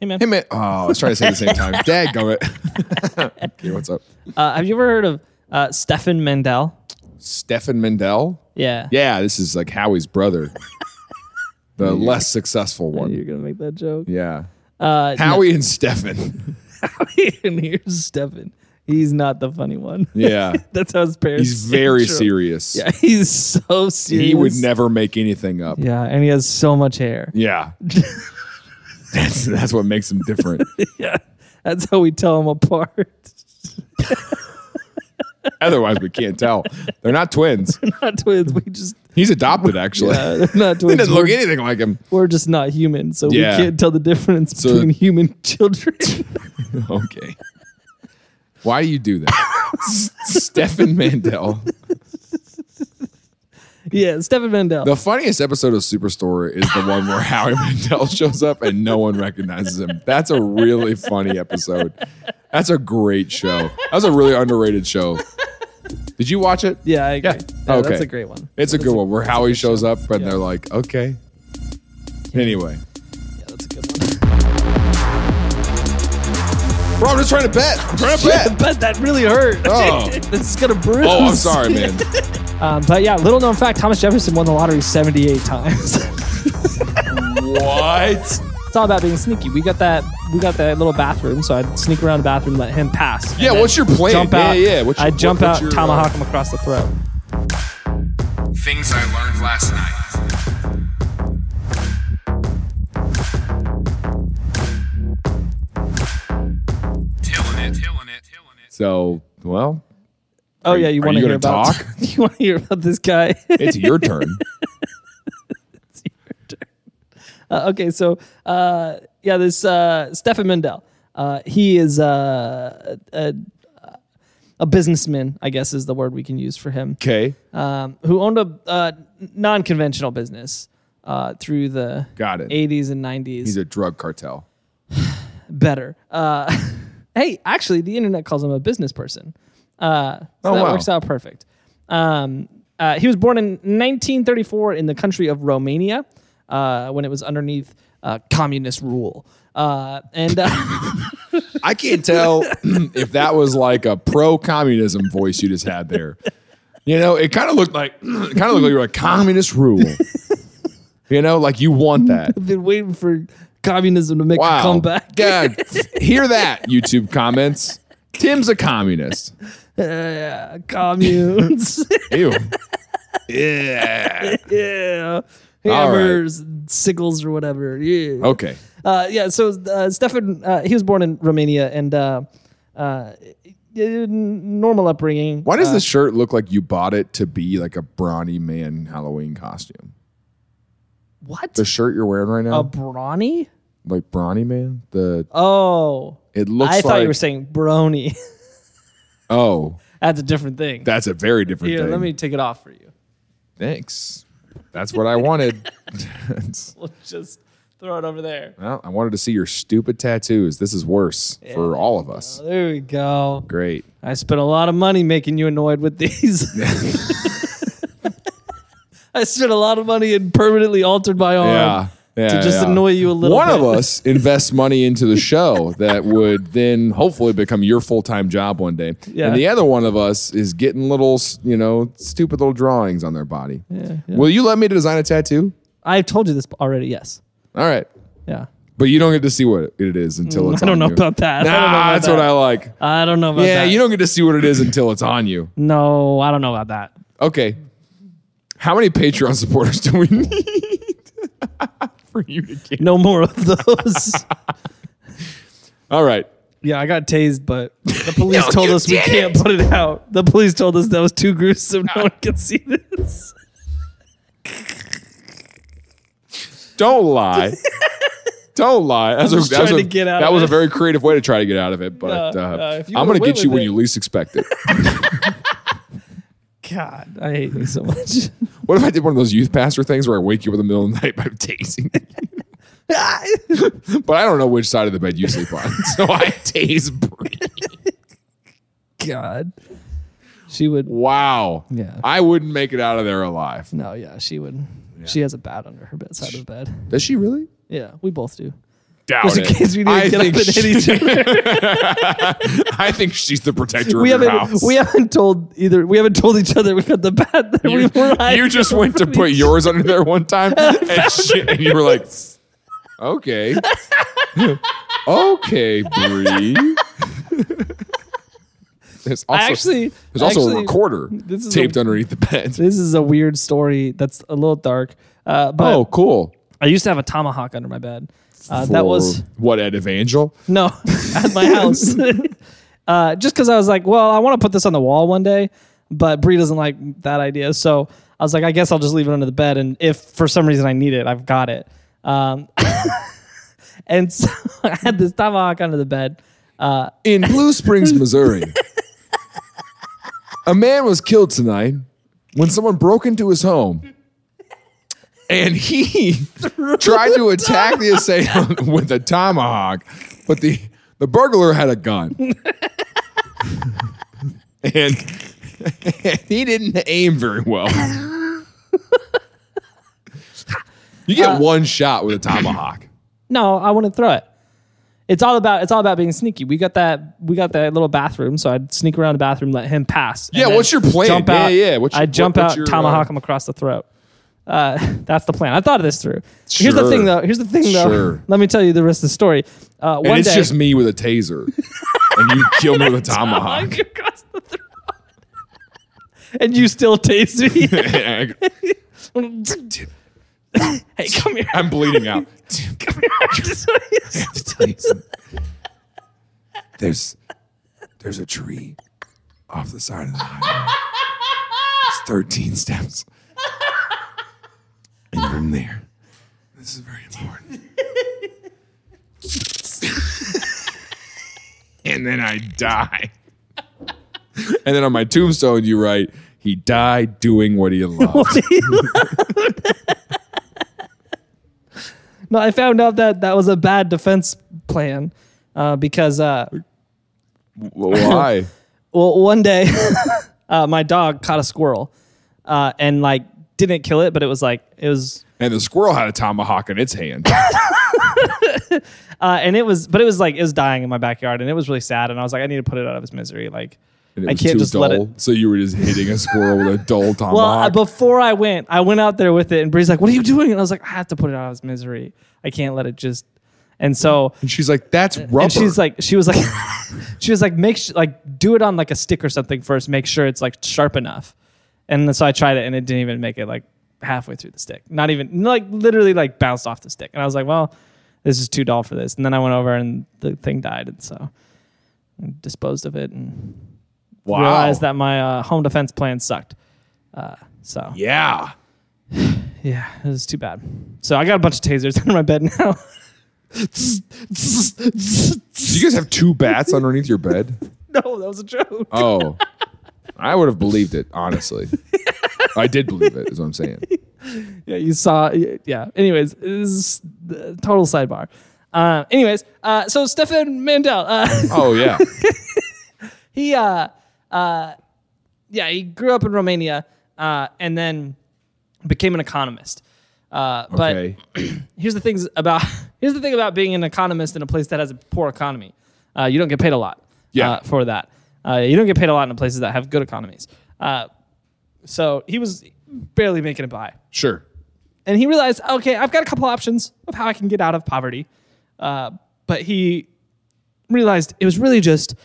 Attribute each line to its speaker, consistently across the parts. Speaker 1: Hey man,
Speaker 2: Hey man, oh, I was trying to say it at the same time. Dadgummit. okay, what's up?
Speaker 1: uh, have you ever heard of uh, Stefan Mendel?
Speaker 2: Stefan Mendel.
Speaker 1: Yeah.
Speaker 2: Yeah, this is like Howie's brother, the less successful one.
Speaker 1: You're gonna make that joke.
Speaker 2: Yeah,
Speaker 1: Uh,
Speaker 2: Howie and Stefan.
Speaker 1: and here's Stefan. He's not the funny one.
Speaker 2: Yeah,
Speaker 1: That's how his parents.
Speaker 2: he's very
Speaker 1: intro-
Speaker 2: serious.
Speaker 1: Yeah, he's so serious.
Speaker 2: he would never make anything up.
Speaker 1: Yeah, and he has so much hair.
Speaker 2: Yeah. That's, that's what makes him different.
Speaker 1: Yeah, that's how we tell him apart.
Speaker 2: Otherwise, we can't tell. They're not twins.
Speaker 1: not twins. We just
Speaker 2: He's adopted, actually.
Speaker 1: uh, they're not
Speaker 2: He
Speaker 1: twins.
Speaker 2: doesn't look
Speaker 1: We're,
Speaker 2: anything like him.
Speaker 1: we're just not human, so
Speaker 2: Yeah.
Speaker 1: we can't tell the difference
Speaker 2: So-
Speaker 1: between human children.
Speaker 2: Okay. Why do you do that? S- Stefan Mandel.
Speaker 1: yeah, Stefan Mandel.
Speaker 2: The funniest episode of Superstore is the one where Howie Mandel shows up and no one recognizes him. That's a really funny episode. That's a great show. That's a really underrated show. Did you watch it?
Speaker 1: yeah, I agree.
Speaker 2: Yeah.
Speaker 1: Yeah,
Speaker 2: Okay.
Speaker 1: That's a great one.
Speaker 2: It's a good one where Howie shows up and
Speaker 1: Yeah.
Speaker 2: they're like, okay. Anyway,
Speaker 1: Yeah, that's a good one.
Speaker 2: bro, I'm just trying to bet. I'm trying to
Speaker 1: Yeah,
Speaker 2: bet.
Speaker 1: but that really hurt.
Speaker 2: Oh.
Speaker 1: this is gonna bruise.
Speaker 2: Oh, I'm sorry, man.
Speaker 1: Um, but yeah, little known fact: Thomas Jefferson won the lottery 78 times.
Speaker 2: what?
Speaker 1: it's all about being sneaky. We got that. We got that little bathroom, so I'd sneak around the bathroom, let him pass.
Speaker 2: Yeah, what's your plan?
Speaker 1: Jump
Speaker 2: yeah,
Speaker 1: out.
Speaker 2: yeah. What's your-
Speaker 1: I jump
Speaker 2: what- what's
Speaker 1: out,
Speaker 2: your, uh,
Speaker 1: tomahawk him across the throat.
Speaker 3: Things I learned last night. Tilling it, tilling it, tilling it.
Speaker 2: So, well,
Speaker 1: Oh yeah, you
Speaker 2: are
Speaker 1: want to
Speaker 2: you
Speaker 1: hear
Speaker 2: gonna
Speaker 1: about?
Speaker 2: talk?
Speaker 1: you want to hear about this guy?
Speaker 2: it's your turn.
Speaker 1: Uh, okay, so uh, yeah, this uh, Stefan Mendel. Uh, he is uh, a, a businessman, I guess is the word we can use for him,
Speaker 2: Okay.
Speaker 1: um, who owned a uh, non-conventional business uh, through the
Speaker 2: Got it.
Speaker 1: 80s and 90s.
Speaker 2: He's a drug cartel.
Speaker 1: better. Uh, hey, actually, the internet calls him a business person. Uh, so
Speaker 2: Oh,
Speaker 1: that
Speaker 2: wow.
Speaker 1: works out perfect. Um, uh, he was born in 1934 in the country of Romania uh, when it was underneath uh, communist rule. Uh, and uh,
Speaker 2: I can't tell if that was like a pro communism voice you just had there. You know, it kind of looked like kind of looked like you were like communist rule. You know, like you want that.
Speaker 1: I've been waiting for communism to make
Speaker 2: Wow.
Speaker 1: a comeback.
Speaker 2: God, hear that, YouTube comments. Tim's a communist.
Speaker 1: Uh, communes.
Speaker 2: Ew. Yeah.
Speaker 1: yeah.
Speaker 2: All right.
Speaker 1: Hammers, sickles, or whatever. Yeah.
Speaker 2: Okay.
Speaker 1: Uh, yeah, so uh, Stefan, uh, he was born in Romania and uh, uh, n- normal upbringing.
Speaker 2: Why does
Speaker 1: Uh,
Speaker 2: this shirt look like you bought it to be like a brawny man Halloween costume?
Speaker 1: what
Speaker 2: The shirt you're wearing right now,
Speaker 1: a brawny?
Speaker 2: like brawny man. The
Speaker 1: Oh,
Speaker 2: it looks.
Speaker 1: I
Speaker 2: like,
Speaker 1: thought you were saying brony.
Speaker 2: Oh,
Speaker 1: That's a different thing.
Speaker 2: that's a very different
Speaker 1: Here,
Speaker 2: thing.
Speaker 1: let me take it off for you.
Speaker 2: Thanks. That's what I wanted.
Speaker 1: We'll just throw it over there.
Speaker 2: well, I wanted to see your stupid tattoos. This is worse for all of us.
Speaker 1: Oh, there we go.
Speaker 2: Great.
Speaker 1: I spent a lot of money making you annoyed with these. I spent a lot of money and permanently altered my arm.
Speaker 2: Yeah. Yeah,
Speaker 1: Um, to just
Speaker 2: yeah.
Speaker 1: annoy you a little
Speaker 2: One
Speaker 1: bit.
Speaker 2: of us invests money into the show that would then hopefully become your full time job one day.
Speaker 1: Yeah.
Speaker 2: And the other one of us is getting little, s- you know, stupid little drawings on their body.
Speaker 1: yeah.
Speaker 2: Will you let me design a tattoo?
Speaker 1: I've told you this already. Yes.
Speaker 2: All right.
Speaker 1: Yeah.
Speaker 2: But you don't get to see what it is until it's
Speaker 1: Mm, I don't know
Speaker 2: on you.
Speaker 1: about that. I
Speaker 2: Nah,
Speaker 1: don't know about
Speaker 2: that's
Speaker 1: that.
Speaker 2: what I like.
Speaker 1: I don't know about
Speaker 2: Yeah,
Speaker 1: that.
Speaker 2: you don't get to see what it is until it's on you.
Speaker 1: No, I don't know about that.
Speaker 2: Okay. How many Patreon supporters do we need for you to get?
Speaker 1: No more of those.
Speaker 2: All right.
Speaker 1: yeah, I got tased, but the police
Speaker 2: No,
Speaker 1: told
Speaker 2: you
Speaker 1: us we can't
Speaker 2: didn't.
Speaker 1: put it out. The police told us that was too gruesome. No one could see this.
Speaker 2: Don't lie. Don't lie. That's a-
Speaker 1: just
Speaker 2: that's
Speaker 1: trying
Speaker 2: a-
Speaker 1: to get out
Speaker 2: That
Speaker 1: of
Speaker 2: was a
Speaker 1: it.
Speaker 2: very creative way to try to get out of it, but
Speaker 1: No,
Speaker 2: uh,
Speaker 1: no, if you
Speaker 2: I'm
Speaker 1: would've
Speaker 2: going to get
Speaker 1: went
Speaker 2: you
Speaker 1: with it.
Speaker 2: when you least expect it.
Speaker 1: God, I hate you so much.
Speaker 2: what if I did one of those youth pastor things where I wake you up in the middle of the night by tasing? but I don't know which side of the bed you sleep on, so I tase Bree.
Speaker 1: God. She would.
Speaker 2: Wow.
Speaker 1: Yeah.
Speaker 2: I wouldn't make it out of there alive.
Speaker 1: No, yeah, she would. She has a bat under her bed, side of the bed.
Speaker 2: Does she really?
Speaker 1: Yeah, we both do.
Speaker 2: doubt
Speaker 1: Just in
Speaker 2: it.
Speaker 1: case we didn't get up
Speaker 2: think
Speaker 1: and hit each
Speaker 2: I think she's the protector
Speaker 1: we
Speaker 2: of your
Speaker 1: haven't
Speaker 2: house.
Speaker 1: we haven't told either. We haven't told each other we got the bat that we
Speaker 2: you,
Speaker 1: were hiding
Speaker 2: you just
Speaker 1: from
Speaker 2: went to
Speaker 1: each-
Speaker 2: put yours under there one time, and, she, and you were like, "Okay, okay, Bree." there's also,
Speaker 1: I actually
Speaker 2: there's also a
Speaker 1: actually-
Speaker 2: recorder
Speaker 1: this is
Speaker 2: taped
Speaker 1: a-
Speaker 2: underneath the bed.
Speaker 1: This is a weird story that's a little dark. Uh, but
Speaker 2: oh, cool.
Speaker 1: I used to have a tomahawk under my bed. Uh, that
Speaker 2: For
Speaker 1: was
Speaker 2: what at Evangel.
Speaker 1: no at my house. uh, just because I was like, well, I want to put this on the wall one day, but Bree doesn't like that idea, so I was like, I guess I'll just leave it under the bed, and if for some reason I need it, I've got it. Um, and so I had this tomahawk under the bed. Uh,
Speaker 2: in Blue Springs, Missouri. a man was killed tonight when someone broke into his home and he tried to attack the assailant with a tomahawk, but the, the burglar had a gun. and he didn't aim very well. You get one shot with a tomahawk.
Speaker 1: No, I wouldn't throw it. It's all about it's all about being sneaky. We got that we got that little bathroom, so I'd sneak around the bathroom, let him pass. and
Speaker 2: Yeah,
Speaker 1: then
Speaker 2: what's your plan?
Speaker 1: Jump
Speaker 2: Yeah,
Speaker 1: out,
Speaker 2: yeah, what's your-
Speaker 1: I jump
Speaker 2: what- what's
Speaker 1: out,
Speaker 2: your, uh,
Speaker 1: tomahawk him across the throat. Uh, that's the plan. I thought of this through. Here's the
Speaker 2: Sure.
Speaker 1: thing, though. Here's the thing, though.
Speaker 2: Sure.
Speaker 1: Let me tell you the rest of the story. Uh,
Speaker 2: And
Speaker 1: one
Speaker 2: it's
Speaker 1: day,
Speaker 2: just me with a taser. and you kill me with a tomahawk.
Speaker 1: Tomahawk across the throat, and you still taste me. hey, come here.
Speaker 2: I'm bleeding out.
Speaker 1: Come here. I just want you to-
Speaker 2: to tell you something. There's there's a tree off the side of the highway. It's 13 steps. And from there, this is very important. and then I die. And then on my tombstone, you write, he died doing what he loved.
Speaker 1: No, I found out that that was a bad defense plan uh, because, uh,
Speaker 2: Why?
Speaker 1: well, one day uh, my dog caught a squirrel uh, and like didn't kill it, but it was like it was,
Speaker 2: And the squirrel had a tomahawk in its hand.
Speaker 1: uh, and it was, but it was like it was dying in my backyard, and it was really sad, and I was like, I need to put it out of its misery, like.
Speaker 2: And it
Speaker 1: I
Speaker 2: was
Speaker 1: can't
Speaker 2: too
Speaker 1: just
Speaker 2: dull.
Speaker 1: let it.
Speaker 2: So you were just hitting a squirrel with a dull tomahawk.
Speaker 1: Well, I- before I went, I went out there with it, and Bree's like, "What are you doing?" And I was like, "I have to put it out of its misery. I can't let it just." And so
Speaker 2: and she's like, "That's rubber."
Speaker 1: And she's like, she was like, she was like, make sure, like, do it on like a stick or something first. Make sure it's like sharp enough. And then- so I tried it, and it didn't even make it like halfway through the stick. Not even like literally like bounced off the stick. And I was like, well, this is too dull for this. And then I went over, and the thing died, and so I disposed of it, and
Speaker 2: "Wow,
Speaker 1: realized that my uh, home defense plan sucked. Uh, so yeah.
Speaker 2: yeah."
Speaker 1: it was too bad. So I got a bunch of tasers under my bed now.
Speaker 2: Do you guys have two bats underneath your bed?
Speaker 1: no, that was a joke.
Speaker 2: Oh, I would have believed it. Honestly, I did believe it. Is what I'm saying.
Speaker 1: yeah, you saw. Yeah. Anyways, this is the total sidebar. Uh, anyways, uh, so Stefan Mandel, uh,
Speaker 2: Oh yeah,
Speaker 1: he, uh, uh, yeah, he grew up in Romania uh, and then became an economist. Uh, But
Speaker 2: okay.
Speaker 1: here's the things about here's the thing about being an economist in a place that has a poor economy. Uh, you don't get paid a lot.
Speaker 2: Yeah.
Speaker 1: uh, for that, uh, you don't get paid a lot in places that have good economies. Uh, so he was barely making it by
Speaker 2: sure.
Speaker 1: and he realized, okay, I've got a couple options of how I can get out of poverty. Uh, but he realized it was really just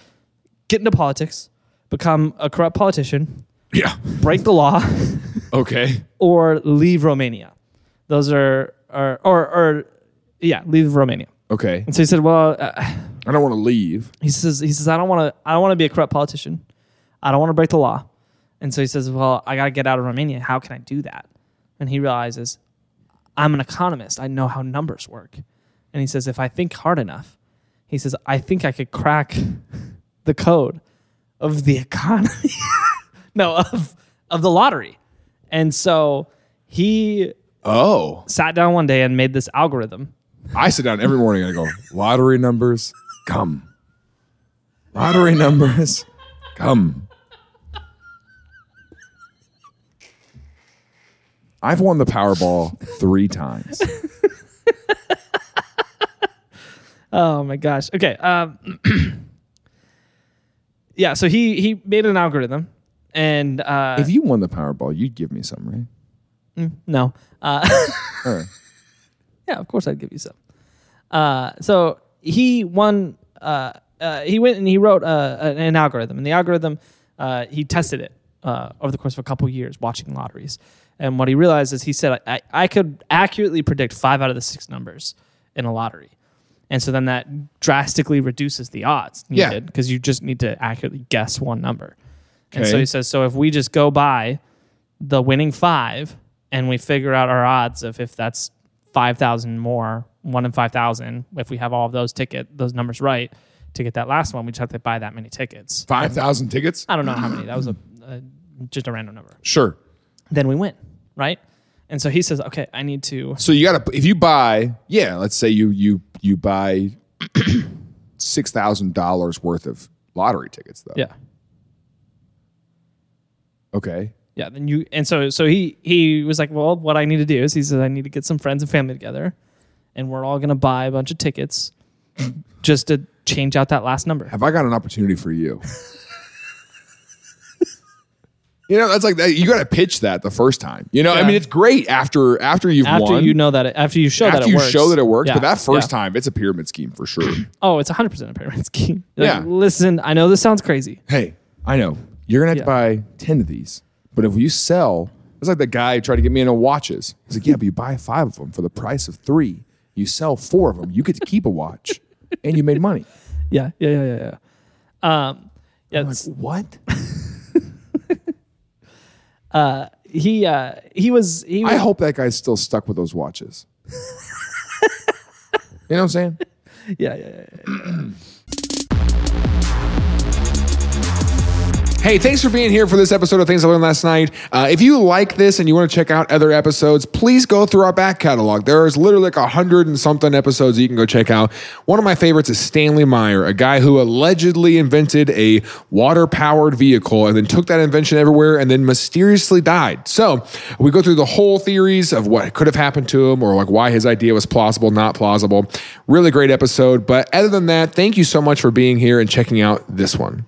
Speaker 1: get into politics, become a corrupt politician,
Speaker 2: Yeah.
Speaker 1: break the law,
Speaker 2: Okay.
Speaker 1: or leave Romania. Those are, are or, or, yeah, leave Romania.
Speaker 2: Okay.
Speaker 1: And so he said, well, uh,
Speaker 2: I don't want to leave.
Speaker 1: he says, he says, I don't want to, I don't want to be a corrupt politician. I don't want to break the law. And so he says, well, I got to get out of Romania. How can I do that? And he realizes, I'm an economist. I know how numbers work. And he says, if I think hard enough, he says, I think I could crack the code of the economy. no, of, of the lottery. And so he
Speaker 2: Oh,
Speaker 1: sat down one day and made this algorithm.
Speaker 2: I sit down every morning and I go, lottery numbers, come. Lottery numbers, come. I've won the Powerball three times.
Speaker 4: Oh my gosh. Okay. Um, yeah. So he he made an algorithm, and uh,
Speaker 2: If you won the Powerball, you'd give me some, right?
Speaker 4: no, uh,
Speaker 2: All right.
Speaker 4: yeah, of course I'd give you some. Uh, so he won. Uh, uh, he went and he wrote uh, an- an algorithm, and the algorithm uh, he tested it uh, over the course of a couple years watching lotteries. And what he realized is he said I, I could accurately predict five out of the six numbers in a lottery, and so then that drastically reduces the odds
Speaker 2: Yeah.
Speaker 4: needed because you just need to accurately guess one number. And so
Speaker 2: Okay.
Speaker 4: he says, so if we just go by the winning five and we figure out our odds of if that's 5,000 more, one in 5,000, if we have all of those ticket, those numbers right to get that last one, we just have to buy that many tickets.
Speaker 2: Five thousand tickets?
Speaker 4: I don't know how many. That was a, a just a random number.
Speaker 2: Sure.
Speaker 4: Then we win, right? And so he says, okay, I need to.
Speaker 2: So you gotta if you buy, yeah, let's say you you you buy six thousand dollars worth of lottery tickets though.
Speaker 4: Yeah.
Speaker 2: Okay.
Speaker 4: Yeah, then you and so so he he was like, well, what I need to do is he says I need to get some friends and family together, and we're all gonna buy a bunch of tickets, just to change out that last number.
Speaker 2: Have I got an opportunity for you? you know, that's like that. You gotta pitch that the first time. You know, I
Speaker 4: Yeah.
Speaker 2: mean it's great after after you've
Speaker 4: After
Speaker 2: won.
Speaker 4: you know that, it, after you show that
Speaker 2: after
Speaker 4: it
Speaker 2: you
Speaker 4: works,
Speaker 2: show that it works,
Speaker 4: Yeah,
Speaker 2: but that first
Speaker 4: yeah.
Speaker 2: time it's a pyramid scheme for sure.
Speaker 4: oh, it's hundred percent a pyramid scheme. Like,
Speaker 2: Yeah.
Speaker 4: listen, I know this sounds crazy.
Speaker 2: hey, I know you're gonna have
Speaker 4: Yeah.
Speaker 2: to buy ten of these, but if you sell, it's like the guy who tried to get me into watches. He's like, yeah, but you buy five of them for the price of three. You sell four of them, you get to keep a watch, and you made money.
Speaker 4: Yeah, yeah, yeah, yeah, yeah. Um, yeah,
Speaker 2: I'm like,
Speaker 4: it's-
Speaker 2: what?
Speaker 4: he uh he was he was,
Speaker 2: I hope that guy's still stuck with those watches. you know what I'm saying?
Speaker 4: yeah, yeah, yeah, yeah.
Speaker 2: Hey, thanks for being here for this episode of Things I Learned Last Night. Uh, if you like this and you want to check out other episodes, please go through our back catalog. There is literally like a hundred and something episodes you can go check out. One of my favorites is Stanley Meyer, a guy who allegedly invented a water powered vehicle and then took that invention everywhere and then mysteriously died. So we go through the whole theories of what could have happened to him or like why his idea was plausible, not plausible. Really great episode. But other than that, thank you so much for being here and checking out this one.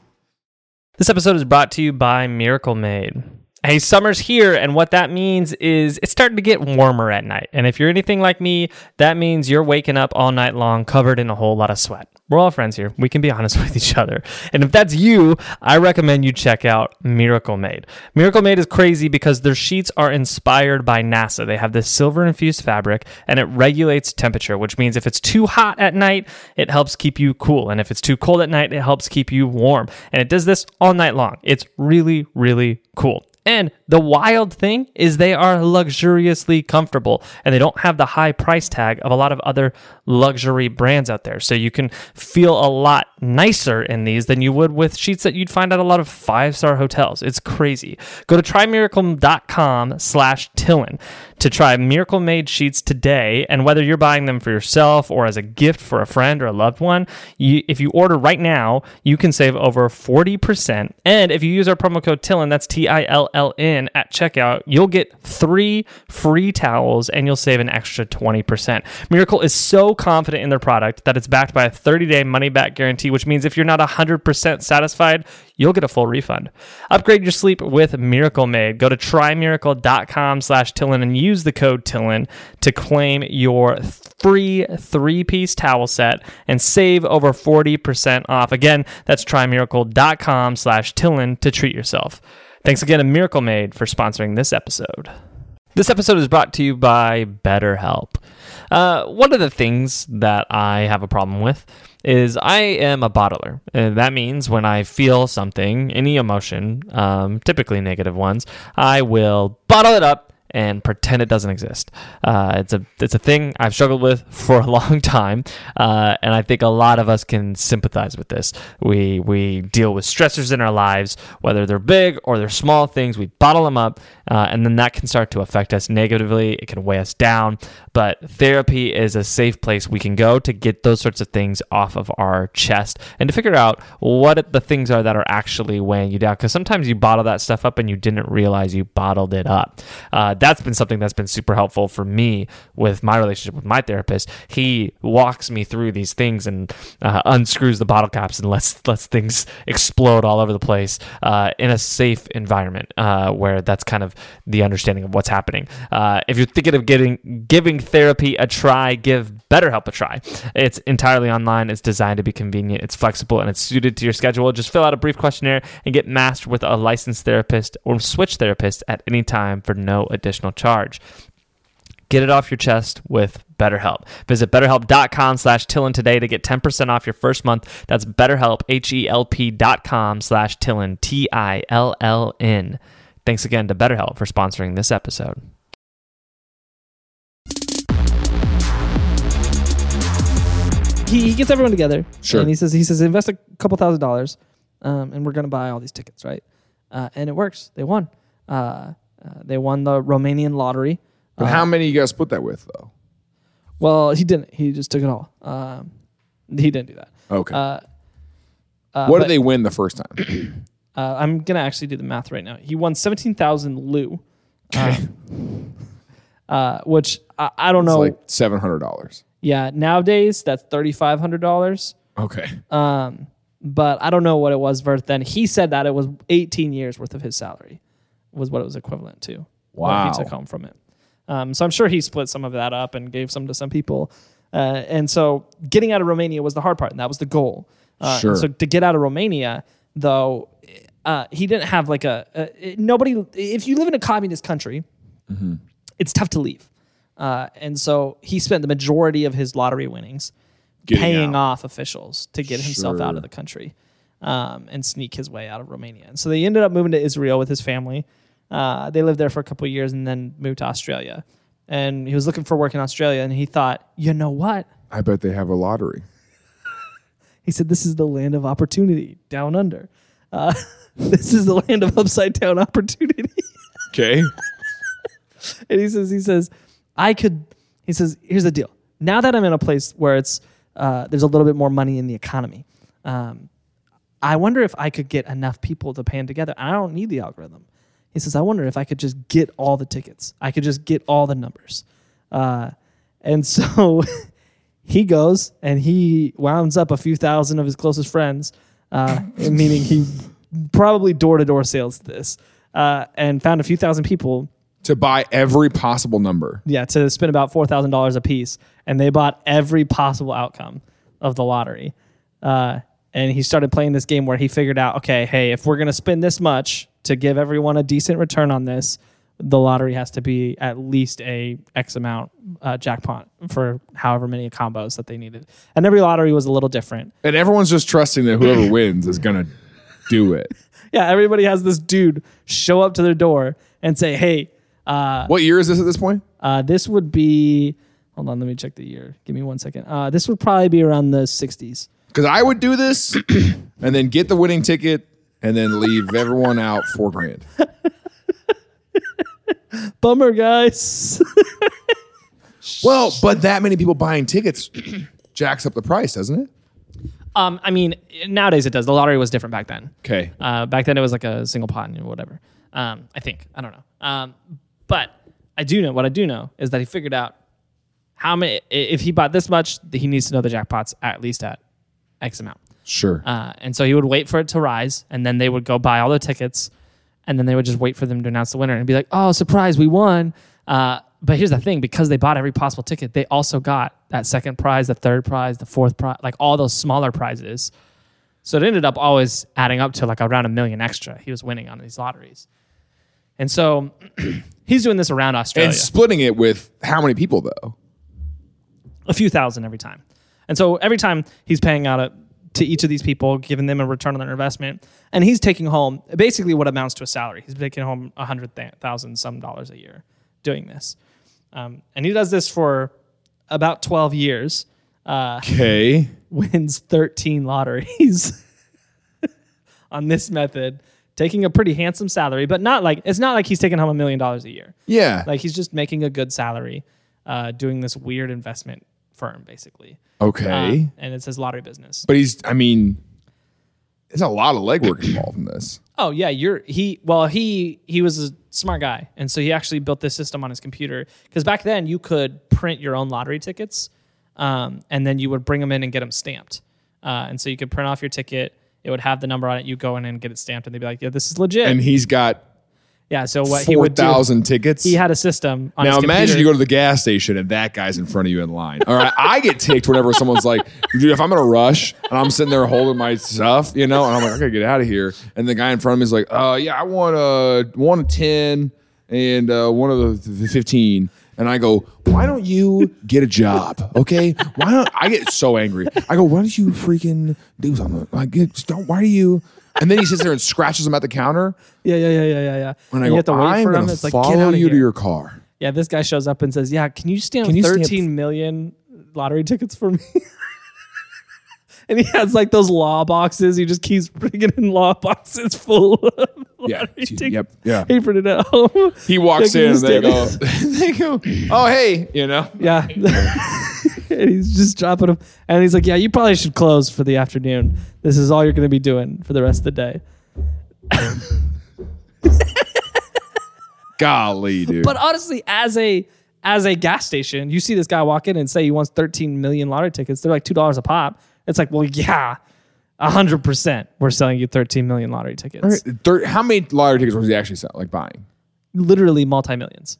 Speaker 1: This episode is brought to you by Miracle Made. Hey, summer's here, and what that means is it's starting to get warmer at night. And if you're anything like me, that means you're waking up all night long covered in a whole lot of sweat. We're all friends here. We can be honest with each other. And if that's you, I recommend you check out Miracle Made. Miracle Made is crazy because their sheets are inspired by NASA. They have this silver infused fabric and it regulates temperature, which means if it's too hot at night, it helps keep you cool. And if it's too cold at night, it helps keep you warm. And it does this all night long. It's really, really cool. And the wild thing is they are luxuriously comfortable and they don't have the high price tag of a lot of other luxury brands out there. So you can feel a lot nicer in these than you would with sheets that you'd find at a lot of five-star hotels. It's crazy. Go to trymiracle.com slash Tillin to try Miracle Made sheets today. And whether you're buying them for yourself or as a gift for a friend or a loved one, you, if you order right now, you can save over 40%. And if you use our promo code TILLIN, that's T I L L N, at checkout, you'll get three free towels and you'll save an extra 20%. Miracle is so confident in their product that it's backed by a 30 day money back guarantee, which means if you're not 100% satisfied, you'll get a full refund. Upgrade your sleep with Miracle Made. Go to trymiracle.com slash Tillin and use the code Tillin to claim your free three-piece towel set and save over 40% off. Again, that's trymiracle.com slash Tillin to treat yourself. Thanks again to Miracle Made for sponsoring this episode. This episode is brought to you by BetterHelp. Uh, one of the things that I have a problem with is I am a bottler. And that means when I feel something, any emotion, um, typically negative ones, I will bottle it up and pretend it doesn't exist. Uh, it's a it's a thing I've struggled with for a long time, uh, and I think a lot of us can sympathize with this. We we deal with stressors in our lives, whether they're big or they're small things. We bottle them up,
Speaker 5: Uh, and then that can start to affect us negatively. It can weigh us down. But therapy is a safe place we can go to get those sorts of things off of our chest and to figure out what the things are that are actually weighing you down. Because sometimes you bottle that stuff up and you didn't realize you bottled it up. Uh, that's been something that's been super helpful for me with my relationship with my therapist. He walks me through these things and uh, unscrews the bottle caps and lets lets things explode all over the place uh, in a safe environment uh, where that's kind of the understanding of what's happening. Uh, if you're thinking of getting giving therapy a try, give BetterHelp a try. It's entirely online. It's designed to be convenient. It's flexible and it's suited to your schedule. Just fill out a brief questionnaire and get matched with a licensed therapist or switch therapist at any time for no additional charge. Get it off your chest with BetterHelp. Visit betterhelp.com slash Tillin today to get 10% off your first month. That's betterhelp, H-E-L-P dot com slash Tillin, T-I-L-L-N. Thanks again to BetterHelp for sponsoring this episode.
Speaker 1: He, he gets everyone together.
Speaker 2: Sure.
Speaker 1: And he says he says invest a couple thousand dollars, um, and we're gonna buy all these tickets, right? Uh, and it works. They won. Uh, uh, they won the Romanian lottery.
Speaker 2: But how many you guys split that with though?
Speaker 1: Well, he didn't. He just took it all. Um, he didn't do that.
Speaker 2: Okay.
Speaker 1: Uh,
Speaker 2: what
Speaker 1: but-
Speaker 2: did they win the first time?
Speaker 1: Uh, I'm gonna actually do the math right now. He won seventeen thousand Lou, uh, which I, I don't
Speaker 2: It's
Speaker 1: know.
Speaker 2: like seven hundred dollars.
Speaker 1: yeah, nowadays that's thirty five hundred dollars.
Speaker 2: Okay.
Speaker 1: Um, but I don't know what it was worth then. He said that it was 18 years worth of his salary was what it was equivalent to. what
Speaker 2: Wow.
Speaker 1: he took home from it. Um, so I'm sure he split some of that up and gave some to some people. Uh, and so getting out of Romania was the hard part, and that was the goal. Uh, and
Speaker 2: Sure.
Speaker 1: So to get out of Romania, though, uh, he didn't have like a, a nobody. If you live in a communist country, it's tough to leave. Uh, and so he spent the majority of his lottery winnings
Speaker 2: Getting
Speaker 1: paying
Speaker 2: out.
Speaker 1: off officials to get himself out
Speaker 2: Sure.
Speaker 1: of the country um, and sneak his way out of Romania. And so they ended up moving to Israel with his family. Uh, they lived there for a couple of years and then moved to Australia. And he was looking for work in Australia and he thought, you know what?
Speaker 2: I bet they have a lottery.
Speaker 1: He said, This is the land of opportunity down under. Uh, this is the land of upside down opportunity.
Speaker 2: Okay.
Speaker 1: and he says he says i could he says here's the deal now that i'm in a place where it's uh, there's a little bit more money in the economy um, i wonder if i could get enough people to pan together i don't need the algorithm he says i wonder if i could just get all the tickets i could just get all the numbers uh, and so he goes and he wounds up a few thousand of his closest friends, uh, meaning he probably door to door sales this, uh, and found a few thousand people
Speaker 2: to buy every possible number.
Speaker 1: yeah, to spend about four thousand dollars a piece, and they bought every possible outcome of the lottery. Uh, and he started playing this game where he figured out, okay, hey, if we're gonna spend this much to give everyone a decent return on this, the lottery has to be at least a X amount uh, jackpot for however many combos that they needed. And every lottery was a little different.
Speaker 2: And everyone's just trusting that whoever wins is going to do it.
Speaker 1: Yeah, everybody has this dude show up to their door and say, hey,
Speaker 2: What year is this at this point?
Speaker 1: Uh, this would be, hold on, let me check the year. Give me one second. Uh, this would probably be around the 60s.
Speaker 2: Because I would do this and then get the winning ticket and then leave everyone out four grand.
Speaker 1: Bummer, guys.
Speaker 2: Well, but that many people buying tickets jacks up the price, doesn't it?
Speaker 1: um, I mean, nowadays it does. The lottery was different back then.
Speaker 2: Okay.
Speaker 1: Uh, back then it was like a single pot and whatever. Um, I think I don't know. Um, but I do know what I do know is that he figured out how many. i- If he bought this much, he needs to know the jackpots at least at X amount.
Speaker 2: Sure.
Speaker 1: Uh, and so he would wait for it to rise, and then they would go buy all the tickets, and then they would just wait for them to announce the winner and be like, "Oh, surprise, we won!" Uh, but here's the thing: because they bought every possible ticket, they also got that second prize, the third prize, the fourth prize, like all those smaller prizes. So it ended up always adding up to like around a million extra he was winning on these lotteries. And so he's doing this around Australia
Speaker 2: and splitting it with how many people, though?
Speaker 1: a few thousand every time. And so every time he's paying out a, to each of these people, giving them a return on their investment, and he's taking home basically what amounts to a salary. He's taking home a hundred thousand some dollars a year doing this, um, and he does this for about twelve years. Uh,
Speaker 2: Okay.
Speaker 1: wins thirteen lotteries on this method taking a pretty handsome salary, but not like it's not like he's taking home a million dollars a year.
Speaker 2: Yeah.
Speaker 1: Like he's just making a good salary, uh, doing this weird investment firm basically, Uh,
Speaker 2: okay.
Speaker 1: and it says lottery business.
Speaker 2: but he's, I mean, there's a lot of legwork involved in this.
Speaker 1: Oh yeah, you're he. Well, he he was a smart guy, and so he actually built this system on his computer because back then you could print your own lottery tickets, um, and then you would bring them in and get them stamped, uh, and so you could print off your ticket. It would have the number on it. You go in and get it stamped, and they'd be like, "Yeah, this is legit."
Speaker 2: And he's got
Speaker 1: yeah. So what he would do?
Speaker 2: 4,000 tickets.
Speaker 1: He had a system on
Speaker 2: Now
Speaker 1: his
Speaker 2: imagine
Speaker 1: computer.
Speaker 2: you go to the gas station and that guy's in front of you in line. All right, I get ticked whenever someone's like, "Dude, if I'm in a rush and I'm sitting there holding my stuff, you know, and I'm like, I gotta get out of here," and the guy in front of me is like, "Uh, yeah, I want a one of ten and uh, one of the fifteen. And I go, why don't you get a job? Okay, why don't I get so angry? I go, why don't you freaking do something? Like, get- just don't. Why do you? And then he sits there and scratches him at the counter.
Speaker 1: yeah, yeah, yeah, yeah, yeah, yeah.
Speaker 2: And I
Speaker 1: you
Speaker 2: go,
Speaker 1: have to wait
Speaker 2: I'm
Speaker 1: for
Speaker 2: gonna
Speaker 1: him. It's like get
Speaker 2: follow
Speaker 1: out of
Speaker 2: you
Speaker 1: here.
Speaker 2: to your car.
Speaker 1: yeah, this guy shows up and says, "Yeah, can you stamp
Speaker 2: Can you stamp-
Speaker 1: thirteen million lottery tickets for me?" and he has like those law boxes. He just keeps bringing in law boxes full of
Speaker 2: Yeah,
Speaker 1: lottery tickets.
Speaker 2: yep, yeah.
Speaker 1: He printed it at home.
Speaker 2: He walks
Speaker 1: Yeah,
Speaker 2: in and
Speaker 1: can
Speaker 2: they
Speaker 1: you
Speaker 2: go, they go, oh hey, you know.
Speaker 1: yeah. and he's just dropping them. And he's like, "Yeah, you probably should close for the afternoon. This is all you're going to be doing for the rest of the day."
Speaker 2: Golly, dude.
Speaker 1: But honestly, as a as a gas station, you see this guy walk in and say he wants 13 million lottery tickets. They're like two dollars a pop. It's like, well, yeah, hundred percent. We're selling you 13 million lottery tickets.
Speaker 2: Thir- how many lottery tickets was he actually selling, like buying?
Speaker 1: Literally multi millions.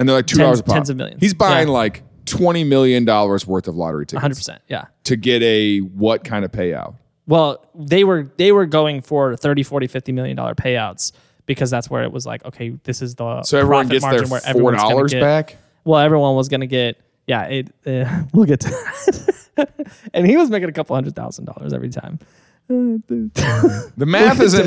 Speaker 2: And they're like two dollars a pop.
Speaker 1: tens of millions.
Speaker 2: He's buying
Speaker 1: Yeah.
Speaker 2: like twenty million dollars worth of lottery tickets
Speaker 1: hundred percent. Yeah.
Speaker 2: to get a what kind of payout?
Speaker 1: Well, they were they were going for 30, 40, 50 million dollar payouts because that's where it was like, okay, this is the
Speaker 2: So everyone
Speaker 1: profit
Speaker 2: gets their
Speaker 1: margin where
Speaker 2: four
Speaker 1: everyone's gonna
Speaker 2: dollars
Speaker 1: get-
Speaker 2: back.
Speaker 1: Well, everyone was gonna get yeah. It uh, we'll get to that. and he was making a couple hundred thousand dollars every time.
Speaker 2: The math isn't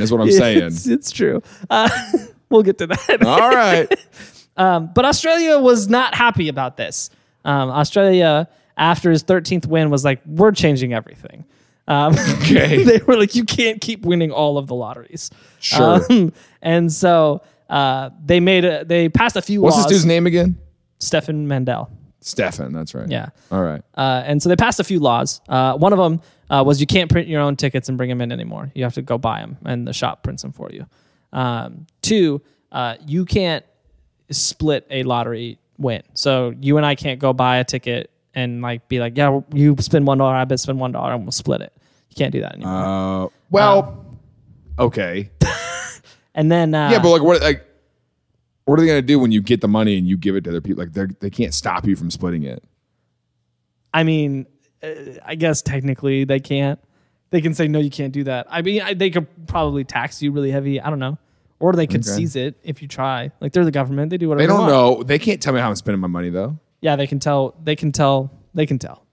Speaker 2: is what I'm saying.
Speaker 1: It's, it's true. Uh, we'll get to that.
Speaker 2: All right.
Speaker 1: But Australia was not happy about this. Um, Australia, after his 13th win, was like, we're changing everything. Um,
Speaker 2: Okay.
Speaker 1: they were like, you can't keep winning all of the lotteries.
Speaker 2: Sure.
Speaker 1: Um, and so uh, they made a, they passed a few
Speaker 2: What's
Speaker 1: laws.
Speaker 2: this dude's name again?
Speaker 1: Stefan Mandel.
Speaker 2: Stefan, that's right.
Speaker 1: Yeah.
Speaker 2: All right.
Speaker 1: Uh, and so they passed a few laws. Uh, one of them uh, was you can't print your own tickets and bring them in anymore. You have to go buy them, and the shop prints them for you. Um, two, uh, you can't split a lottery win. So you and I can't go buy a ticket and like be like, yeah, you spend one dollar, I bet spend one dollar, and we'll split it. You can't do that anymore.
Speaker 2: Uh, well, okay.
Speaker 1: and then uh,
Speaker 2: Yeah, but like, what like, what are they gonna do when you get the money and you give it to other people? Like, they they can't stop you from splitting it.
Speaker 1: I mean, uh, I guess technically they can't. They can say no, you can't do that. I mean, I, they could probably tax you really heavy. I don't know, or they could
Speaker 2: Okay.
Speaker 1: seize it if you try. Like they're the government; they do whatever
Speaker 2: They don't
Speaker 1: want.
Speaker 2: know. They can't tell me how I'm spending my money though.
Speaker 1: Yeah, they can tell. They can tell. They can tell.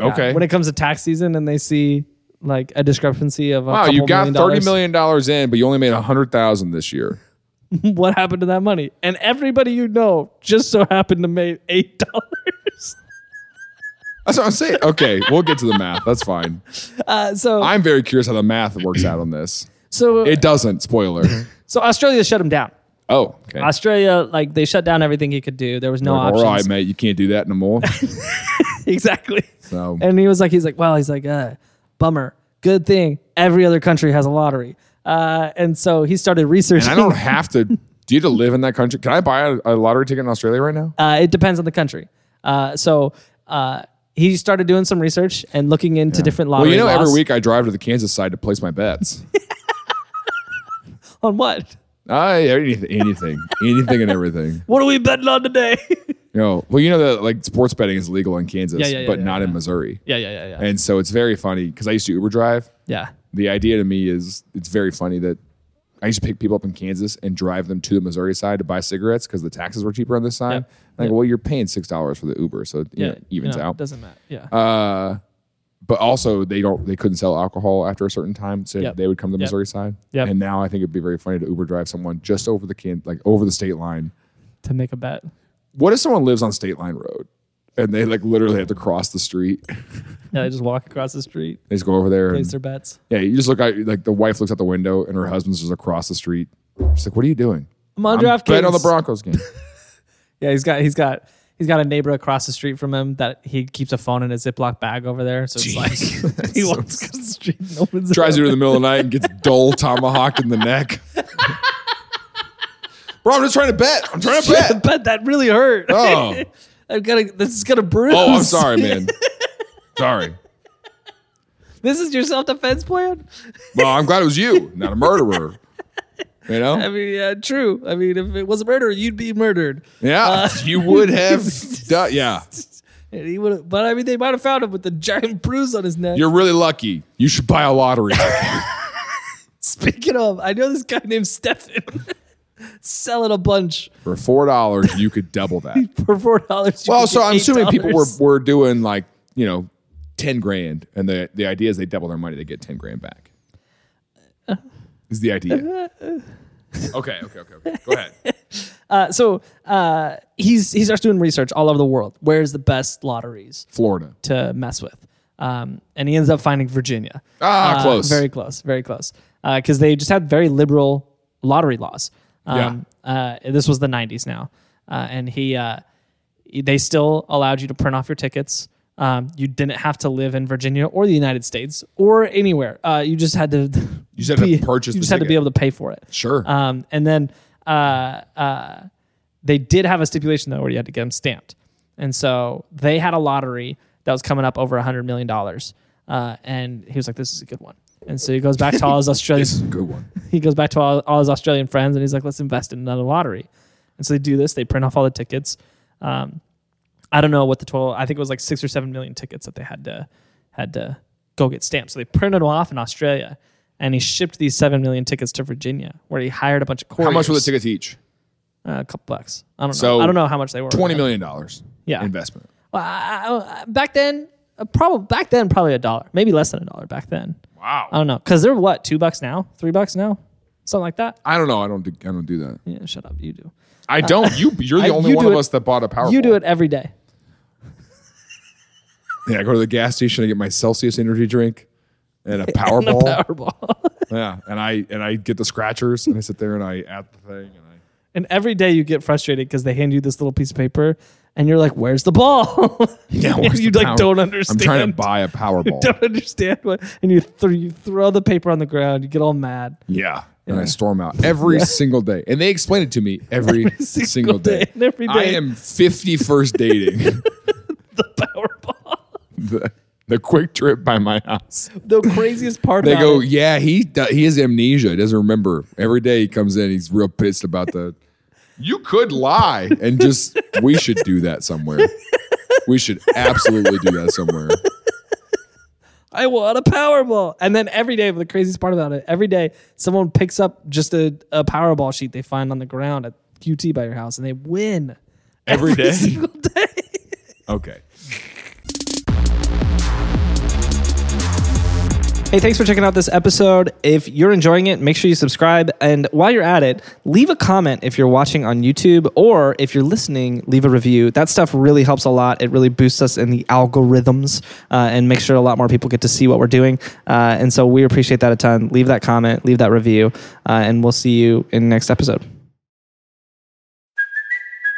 Speaker 1: Yeah.
Speaker 2: Okay.
Speaker 1: When it comes to tax season, and they see like a discrepancy of a
Speaker 2: wow, you
Speaker 1: couple
Speaker 2: got
Speaker 1: million
Speaker 2: thirty
Speaker 1: dollars,
Speaker 2: million dollars in, but you only made a hundred thousand this year.
Speaker 1: what happened to that money? And everybody you know just so happened to make eight dollars.
Speaker 2: That's what I'm saying. Okay, we'll get to the math. That's fine.
Speaker 1: Uh, so
Speaker 2: I'm very curious how the math works out on this.
Speaker 1: so
Speaker 2: It doesn't. Spoiler.
Speaker 1: so Australia shut him down.
Speaker 2: Oh, okay.
Speaker 1: Australia, like they shut down everything he could do. There was no
Speaker 2: Like,
Speaker 1: options.
Speaker 2: all right, mate. You can't do that no more.
Speaker 1: exactly.
Speaker 2: So
Speaker 1: And he was like, he's like, well, he's like, uh, bummer. Good thing every other country has a lottery. Uh, and so he started researching.
Speaker 2: and I don't have to. Do you have to live in that country? Can I buy a, a lottery ticket in Australia right now?
Speaker 1: Uh, it depends on the country. Uh, so uh, he started doing some research and looking into different
Speaker 2: Well,
Speaker 1: lottery.
Speaker 2: you know, every
Speaker 1: laws.
Speaker 2: week I drive to the Kansas side to place my bets.
Speaker 1: on what?
Speaker 2: I anything, anything, anything, and everything.
Speaker 1: What are we betting on today?
Speaker 2: You know, well, you know that like sports betting is legal in Kansas,
Speaker 1: Yeah, yeah, yeah,
Speaker 2: but
Speaker 1: yeah,
Speaker 2: not in Missouri.
Speaker 1: yeah, yeah, yeah, yeah,
Speaker 2: And so it's very funny because I used to Uber drive.
Speaker 1: yeah.
Speaker 2: The idea to me is it's very funny that I used to pick people up in Kansas and drive them to the Missouri side to buy cigarettes because the taxes were cheaper on this side.
Speaker 1: Yep.
Speaker 2: Like, well, you're paying six dollars for the Uber, so it you
Speaker 1: Yeah,
Speaker 2: know, evens
Speaker 1: no,
Speaker 2: out.
Speaker 1: Doesn't matter. Yeah,
Speaker 2: Uh, but also they don't they couldn't sell alcohol after a certain time, so
Speaker 1: Yep.
Speaker 2: they would come to the
Speaker 1: Yep.
Speaker 2: Missouri side.
Speaker 1: Yep.
Speaker 2: And now I think it'd be very funny to Uber drive someone just over the can like over the state line.
Speaker 1: to make a bet.
Speaker 2: What if someone lives on state line road? and they like literally have to cross the street.
Speaker 1: Yeah, they just walk across the street,
Speaker 2: They just go over there.
Speaker 1: place
Speaker 2: And,
Speaker 1: their bets.
Speaker 2: yeah, you just look at like the wife looks out the window and her husband's just across the street. She's like, "What are you doing?"
Speaker 1: I'm on
Speaker 2: I'm betting
Speaker 1: DraftKings.
Speaker 2: on the Broncos game.
Speaker 1: Yeah, he's got he's got he's got a neighbor across the street from him that he keeps a phone in a Ziploc bag over there. So it's like he walks across the street and opens it
Speaker 2: Tries
Speaker 1: up.
Speaker 2: you in the middle of the night and gets dull tomahawk in the neck. Bro, I'm just trying to bet. I'm trying to bet.
Speaker 1: But that really hurt.
Speaker 2: Oh.
Speaker 1: I've got to, this is gonna bruise.
Speaker 2: Oh, I'm sorry, man. Sorry.
Speaker 1: This is your self defense plan.
Speaker 2: Well, I'm glad it was you, not a murderer. You
Speaker 1: I
Speaker 2: know?
Speaker 1: mean, yeah, true. I mean, if it was a murder, you'd be murdered.
Speaker 2: Yeah.
Speaker 1: Uh,
Speaker 2: you would have done. Yeah.
Speaker 1: And he would, but I mean, they might have found him with the giant bruise on his neck.
Speaker 2: You're really lucky. You should buy a lottery.
Speaker 1: Speaking of, I know this guy named Stefan selling a bunch
Speaker 2: For four dollars, you could double that.
Speaker 1: for four dollars.
Speaker 2: Well, so I'm assuming people were, were doing like, you know, ten grand and the, the idea is they double their money, they get ten grand back.
Speaker 1: Uh-huh.
Speaker 2: Is the idea. Okay, okay, okay, okay. Go ahead.
Speaker 1: Uh, so uh, he's he starts doing research all over the world. Where's the best lotteries
Speaker 2: Florida.
Speaker 1: to mess with? Um, and he ends up finding Virginia.
Speaker 2: Ah,
Speaker 1: Uh,
Speaker 2: close.
Speaker 1: Very close. Very close. Because they just had very liberal lottery laws. Um, uh, this was the 90s now. Uh, and he, uh, they still allowed you to print off your tickets. Um, you didn't have to live in Virginia or the United States or anywhere. Uh, you just had to.
Speaker 2: You just had to purchase
Speaker 1: You
Speaker 2: the
Speaker 1: just had to
Speaker 2: ticket.
Speaker 1: be able to pay for it.
Speaker 2: Sure.
Speaker 1: Um, and then uh, uh, they did have a stipulation though, where you had to get them stamped. And so they had a lottery that was coming up over hundred million dollars. Uh, and he was like, "This is a good one." And so he goes back to all his Australian,
Speaker 2: this is a good one.
Speaker 1: he goes back to all, all his Australian friends, and he's like, "Let's invest in another lottery." And so they do this. They print off all the tickets. Um, I don't know what the total. I think it was like six or seven million tickets that they had to had to go get stamped. So they printed them off in Australia, and he shipped these seven million tickets to Virginia, where he hired a bunch of couriers.
Speaker 2: How much were the tickets each?
Speaker 1: Uh, a couple bucks. I don't
Speaker 2: So,
Speaker 1: know. I don't know how much they were.
Speaker 2: Twenty million dollars.
Speaker 1: Yeah.
Speaker 2: Investment.
Speaker 1: Well, I, I- I- back then, uh, probably back then, probably a dollar, maybe less than a dollar back then.
Speaker 2: Wow.
Speaker 1: I don't know, cause they're what two bucks now, three bucks now, something like that.
Speaker 2: I don't know. I don't. Do, I don't do that.
Speaker 1: Yeah, shut up, you do.
Speaker 2: I don't. You. You're the
Speaker 1: I-
Speaker 2: only
Speaker 1: you
Speaker 2: one
Speaker 1: do
Speaker 2: of
Speaker 1: it-
Speaker 2: us that bought a power.
Speaker 1: You do it every day.
Speaker 2: Yeah. I go to the gas station. I get my Celsius energy drink and a Powerball.
Speaker 1: Powerball.
Speaker 2: yeah. And I and I get the scratchers and I sit there and I add the thing and I.
Speaker 1: and every day you get frustrated because they hand you this little piece of paper, and you're like, "Where's the ball?"
Speaker 2: Yeah. where's
Speaker 1: you
Speaker 2: the
Speaker 1: like
Speaker 2: power-
Speaker 1: don't
Speaker 2: I'm
Speaker 1: understand.
Speaker 2: trying to buy a Powerball.
Speaker 1: Don't understand what, and you, th- you throw the paper on the ground. You get all mad.
Speaker 2: yeah. And I storm out every single day, and they explain it to me every, single, day.
Speaker 1: and every
Speaker 2: I
Speaker 1: day.
Speaker 2: am 50 first dating
Speaker 1: Powerball.
Speaker 2: the, the quick trip by my house.
Speaker 1: The craziest part.
Speaker 2: They
Speaker 1: about
Speaker 2: go,
Speaker 1: it-
Speaker 2: yeah, he do- he has amnesia. He doesn't remember. Every day he comes in, he's real pissed about the. You could lie and just. We should do that somewhere. We should absolutely do that somewhere.
Speaker 1: I want a Powerball. And then every day, but the craziest part about it, every day someone picks up just a, a Powerball sheet they find on the ground at QT by your house and they win.
Speaker 2: Every day?
Speaker 1: single day.
Speaker 2: Okay.
Speaker 1: Hey, thanks for checking out this episode. If you're enjoying it, make sure you subscribe. And while you're at it, leave a comment if you're watching on YouTube or if you're listening, leave a review. That stuff really helps a lot. It really boosts us in the algorithms uh, and makes sure a lot more people get to see what we're doing. Uh, and so we appreciate that a ton. Leave that comment, leave that review, uh, and we'll see you in next episode.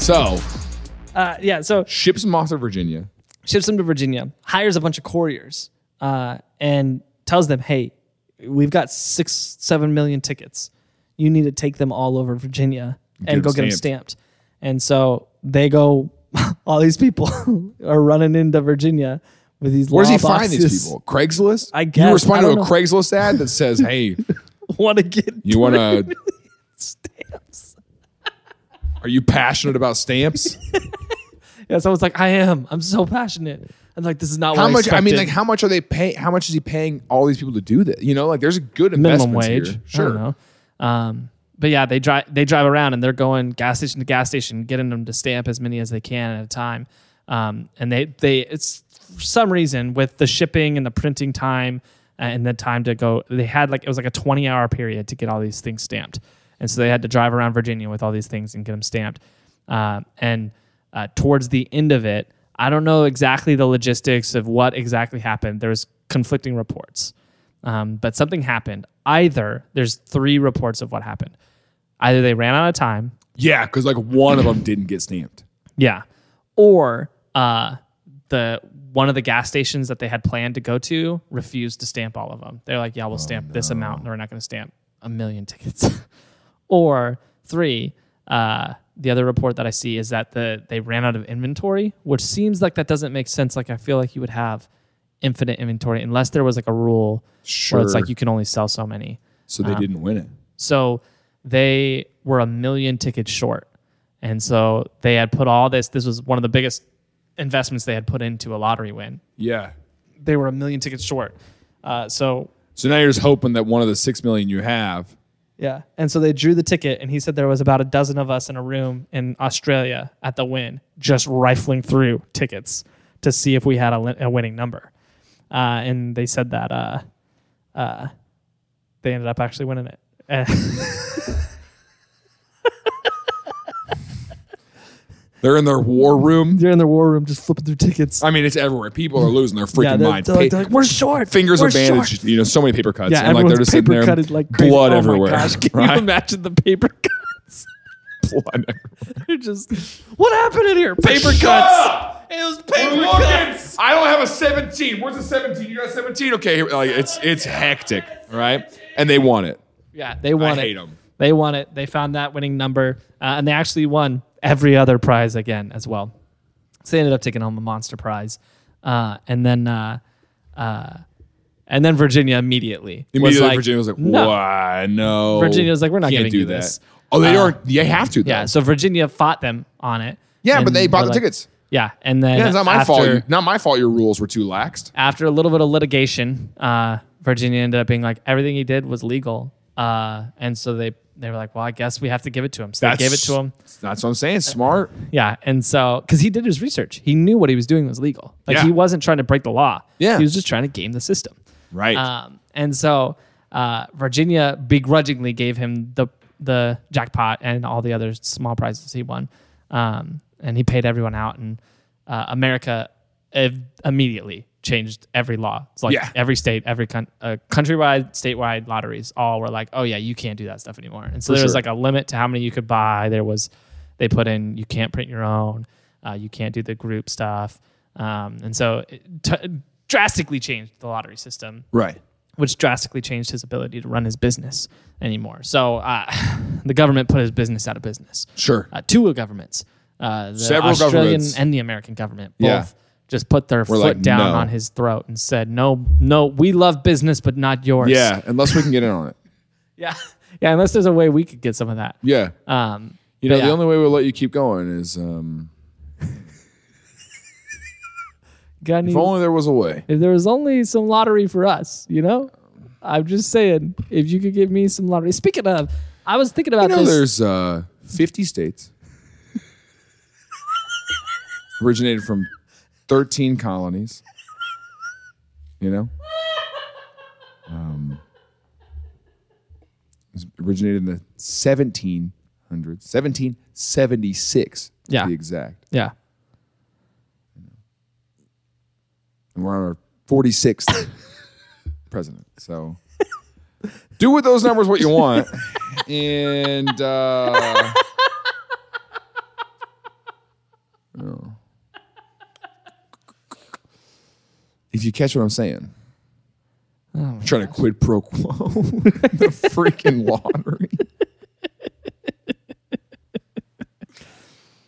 Speaker 2: So
Speaker 1: Uh, yeah, so
Speaker 2: ships him off to Virginia.
Speaker 1: ships them to Virginia, hires a bunch of couriers, uh, and tells them, "Hey, we've got six, seven million tickets. You need to take them all over Virginia and go
Speaker 2: them
Speaker 1: get them
Speaker 2: stamped.
Speaker 1: stamped." And so they go. all these people are running into Virginia with these.
Speaker 2: Where does
Speaker 1: law
Speaker 2: he find
Speaker 1: boxes.
Speaker 2: these people? Craigslist?
Speaker 1: I guess.
Speaker 2: You respond
Speaker 1: I
Speaker 2: to a
Speaker 1: don't know.
Speaker 2: Craigslist ad that says, hey,
Speaker 1: Want to get
Speaker 2: you want to.
Speaker 1: stamps?
Speaker 2: Are you passionate about stamps?
Speaker 5: Yeah, someone's like, I am. I'm so passionate. I'm like, this is not
Speaker 2: how
Speaker 5: what
Speaker 2: much?
Speaker 5: I,
Speaker 2: I mean,
Speaker 5: expected.
Speaker 2: like, how much are they paying? How much is he paying all these people to do this? You know, like, there's a good
Speaker 5: minimum
Speaker 2: investments
Speaker 5: wage.
Speaker 2: Here.
Speaker 5: I
Speaker 2: Sure.
Speaker 5: don't know. Um, but yeah, they drive they drive around and they're going gas station to gas station, getting them to stamp as many as they can at a time. Um, and they they it's for some reason with the shipping and the printing time uh, and the time to go, they had like it was like a twenty hour period to get all these things stamped, and so they had to drive around Virginia with all these things and get them stamped. Um, and uh, towards the end of it, I don't know exactly the logistics of what exactly happened. There was conflicting reports. Um, but something happened. Either there's three reports of what happened. Either they ran out of time,
Speaker 2: Yeah, because like one of them didn't get stamped.
Speaker 5: yeah, or uh, the one of the gas stations that they had planned to go to refused to stamp all of them. They're like, yeah, we'll stamp this amount, and we're not going to stamp a million tickets. or three, uh, the other report that I see is that the they ran out of inventory, which seems like that doesn't make sense. Like I feel like you would have infinite inventory unless there was like a rule where
Speaker 2: Sure.
Speaker 5: it's like you can only sell so many.
Speaker 2: So they didn't win it.
Speaker 5: So they were a million tickets short. And so they had put all this, this was one of the biggest investments they had put into a lottery win.
Speaker 2: Yeah.
Speaker 5: They were a million tickets short. Uh, so,
Speaker 2: So now you're just hoping that one of the six million you have.
Speaker 5: yeah. And so they drew the ticket, and he said there was about a dozen of us in a room in Australia at the win, just rifling through tickets to see if we had a, li- a winning number. Uh, and they said that uh, uh, they ended up actually winning it.
Speaker 2: They're in their war room.
Speaker 5: They're in their war room just flipping through tickets.
Speaker 2: I mean, it's everywhere. People are losing their freaking
Speaker 5: Yeah, they're,
Speaker 2: minds.
Speaker 5: they're like,
Speaker 2: Pa-
Speaker 5: they're like, we're short.
Speaker 2: Fingers
Speaker 5: we're
Speaker 2: are bandaged. You know, so many paper cuts.
Speaker 5: Yeah,
Speaker 2: and like they're
Speaker 5: everyone's
Speaker 2: just sitting
Speaker 5: paper
Speaker 2: there,
Speaker 5: cutted like crazy.
Speaker 2: blood
Speaker 5: oh
Speaker 2: everywhere.
Speaker 5: My gosh, can
Speaker 2: right?
Speaker 5: you imagine the paper cuts?
Speaker 2: Blood everywhere.
Speaker 5: They're just what happened in here? Paper
Speaker 2: Shut
Speaker 5: cuts.
Speaker 2: up!
Speaker 5: It was paper
Speaker 2: Look at-
Speaker 5: cuts.
Speaker 2: I don't have a 17. Where's the 17? You got a 17? Okay, here- like it's it's hectic, right? And they want it.
Speaker 5: Yeah, they won
Speaker 2: I
Speaker 5: it.
Speaker 2: hate 'em.
Speaker 5: They won it. They found that winning number, uh, and they actually won every other prize again as well. So they ended up taking home a monster prize, uh, and then. Uh, uh, and then Virginia immediately was
Speaker 2: Immediately,
Speaker 5: like,
Speaker 2: Virginia was like,
Speaker 5: "No."
Speaker 2: "Why no?"
Speaker 5: Virginia was like, "We're not
Speaker 2: Can't
Speaker 5: giving
Speaker 2: do
Speaker 5: you
Speaker 2: that."
Speaker 5: this." Uh,
Speaker 2: Oh, they don't. They have to. Though.
Speaker 5: Yeah, so Virginia fought them on it.
Speaker 2: Yeah, but
Speaker 5: and
Speaker 2: they bought
Speaker 5: were
Speaker 2: the tickets.
Speaker 5: Yeah, and then
Speaker 2: Yeah, it's not my
Speaker 5: after,
Speaker 2: fault. you- Not my fault. Your rules were too laxed.
Speaker 5: after a little bit of litigation, uh, Virginia ended up being like, everything he did was legal, uh, and so they they were like, well, I guess we have to give it to him. So they gave it to him.
Speaker 2: That's what I'm saying. Smart.
Speaker 5: Yeah, and so because he did his research, he knew what he was doing was legal. Like
Speaker 2: Yeah.
Speaker 5: he wasn't trying to break the law.
Speaker 2: Yeah.
Speaker 5: he was just trying to game the system.
Speaker 2: Right.
Speaker 5: Um, and so uh, Virginia begrudgingly gave him the the jackpot and all the other small prizes he won, um, and he paid everyone out. And uh, America ev- immediately changed every law. It's like
Speaker 2: Yeah.
Speaker 5: every state, every con- uh, countrywide, statewide lotteries, all were like, "Oh yeah, you can't do that stuff anymore." And so there was
Speaker 2: sure.
Speaker 5: like a limit to how many you could buy. There was they put in you can't print your own, uh, you can't do the group stuff, um, and so it t- drastically changed the lottery system
Speaker 2: right.
Speaker 5: which drastically changed his ability to run his business anymore. So uh, the government put his business out of business.
Speaker 2: Sure.
Speaker 5: Uh, two governments, uh, the
Speaker 2: Several
Speaker 5: Australian
Speaker 2: governments.
Speaker 5: and the American government, both
Speaker 2: Yeah.
Speaker 5: just put their foot
Speaker 2: like,
Speaker 5: down
Speaker 2: "No."
Speaker 5: on his throat and said, "No, no, we love business, but not yours."
Speaker 2: yeah. Unless we can get in on it.
Speaker 5: yeah, yeah. Unless there's a way we could get some of that.
Speaker 2: Yeah.
Speaker 5: Um,
Speaker 2: you know,
Speaker 5: but
Speaker 2: the
Speaker 5: yeah.
Speaker 2: only way we'll let you keep going is um,
Speaker 5: Got any-
Speaker 2: if only there was a way.
Speaker 5: if there was only some lottery for us, you know. I'm just saying, if you could give me some lottery. Speaking of, I was thinking about
Speaker 2: You know,
Speaker 5: this.
Speaker 2: there's uh, 50 states originated from 13 colonies. You know, um, it's originated in the 1700s, 1776 to
Speaker 5: Yeah.
Speaker 2: be exact.
Speaker 5: yeah,
Speaker 2: And we're on our 46th president. So do with those numbers what you want. And uh, oh. if you catch what I'm saying, I'm trying to quid pro quo the freaking lottery.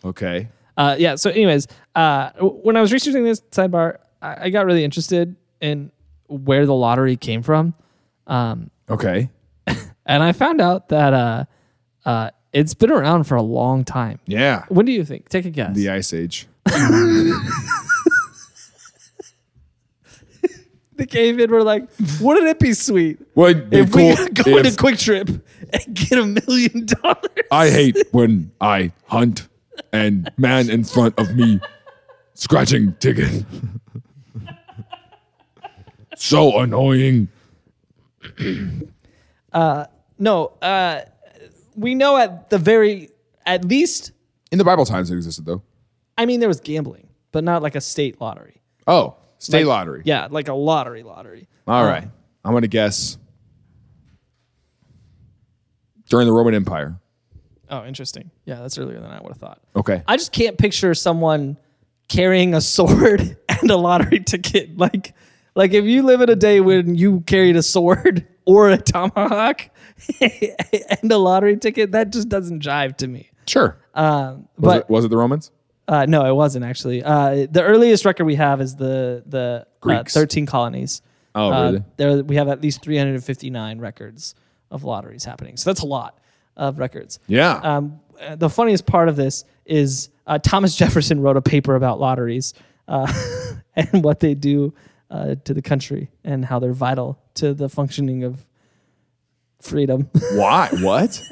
Speaker 2: okay.
Speaker 5: Uh, yeah. So, anyways, uh, w- when I was researching this sidebar, I, I got really interested in where the lottery came from,
Speaker 2: Okay.
Speaker 5: and I found out that uh, uh,
Speaker 1: It's been around for a long time.
Speaker 2: Yeah.
Speaker 1: When do you think? Take a guess.
Speaker 2: The Ice Age.
Speaker 1: They came in. We're like, wouldn't it be sweet
Speaker 2: Would be
Speaker 1: if
Speaker 2: cool
Speaker 1: we could go
Speaker 2: if-
Speaker 1: into Quick Trip and get a million dollars?
Speaker 2: I hate when I hunt and man in front of me scratching ticket. so annoying.
Speaker 1: No, uh, we know at the very at least.
Speaker 2: In the Bible times it existed though.
Speaker 1: I mean, there was gambling, but not like a state lottery.
Speaker 2: Oh, state
Speaker 1: Like-
Speaker 2: lottery.
Speaker 1: Yeah, like a lottery lottery.
Speaker 2: All right. I'm gonna guess. During the Roman Empire.
Speaker 1: Oh, interesting. Yeah, that's earlier than I would have thought.
Speaker 2: Okay.
Speaker 1: I just can't picture someone carrying a sword and a lottery ticket. Like, like if you live in a day when you carried a sword or a tomahawk and a lottery ticket, that just doesn't jive to me.
Speaker 2: sure.
Speaker 1: Uh,
Speaker 2: was,
Speaker 1: But
Speaker 2: it, was it the Romans?
Speaker 1: uh, no, it wasn't actually. Uh, the earliest record we have is the the uh,
Speaker 2: Greeks.
Speaker 1: thirteen colonies.
Speaker 2: Oh,
Speaker 1: Uh,
Speaker 2: really?
Speaker 1: There we have at least three hundred and fifty nine records of lotteries happening. So that's a lot of records.
Speaker 2: Yeah.
Speaker 1: Um, uh, the funniest part of this is uh, Thomas Jefferson wrote a paper about lotteries uh, and what they do uh, to the country and how they're vital to the functioning of freedom.
Speaker 2: Why? What?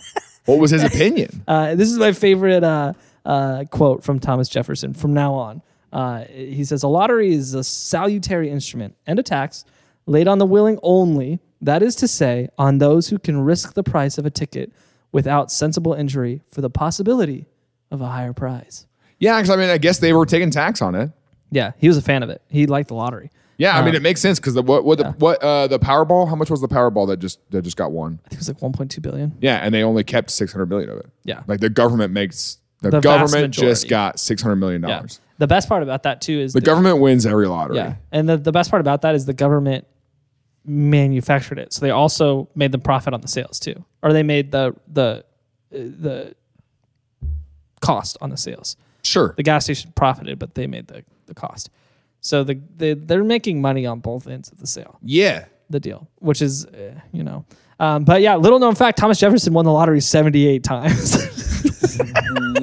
Speaker 2: what was his opinion?
Speaker 1: Uh, this is my favorite uh, uh, quote from Thomas Jefferson from now on. Uh, he says, A lottery is a salutary instrument and a tax laid on the willing only, that is to say, on those who can risk the price of a ticket without sensible injury for the possibility of a higher prize.
Speaker 2: yeah, because I mean, I guess they were taking tax on it.
Speaker 1: Yeah, he was a fan of it. He liked the lottery.
Speaker 2: Yeah, I mean,
Speaker 1: Um,
Speaker 2: it makes sense because the what what the, what uh, the Powerball? How much was the Powerball that just that just got won?
Speaker 1: I think it was like 1.2 billion.
Speaker 2: Yeah, and they only kept six hundred million of it.
Speaker 1: Yeah.
Speaker 2: like the government makes the,
Speaker 1: The vast
Speaker 2: government just
Speaker 1: majority.
Speaker 2: got six hundred million dollars.
Speaker 1: The best part about that, too, is
Speaker 2: The government wins every lottery.
Speaker 1: Yeah. And the, the best part about that is the government manufactured it. So they also made the profit on the sales too. Or they made the the uh, the cost on the sales.
Speaker 2: Sure.
Speaker 1: The gas station profited, but they made the, the cost. So the, the they're making money on both ends of the sale,
Speaker 2: yeah.
Speaker 1: the deal, which is uh, you know. Um, but yeah, little known fact: Thomas Jefferson won the lottery seventy-eight times.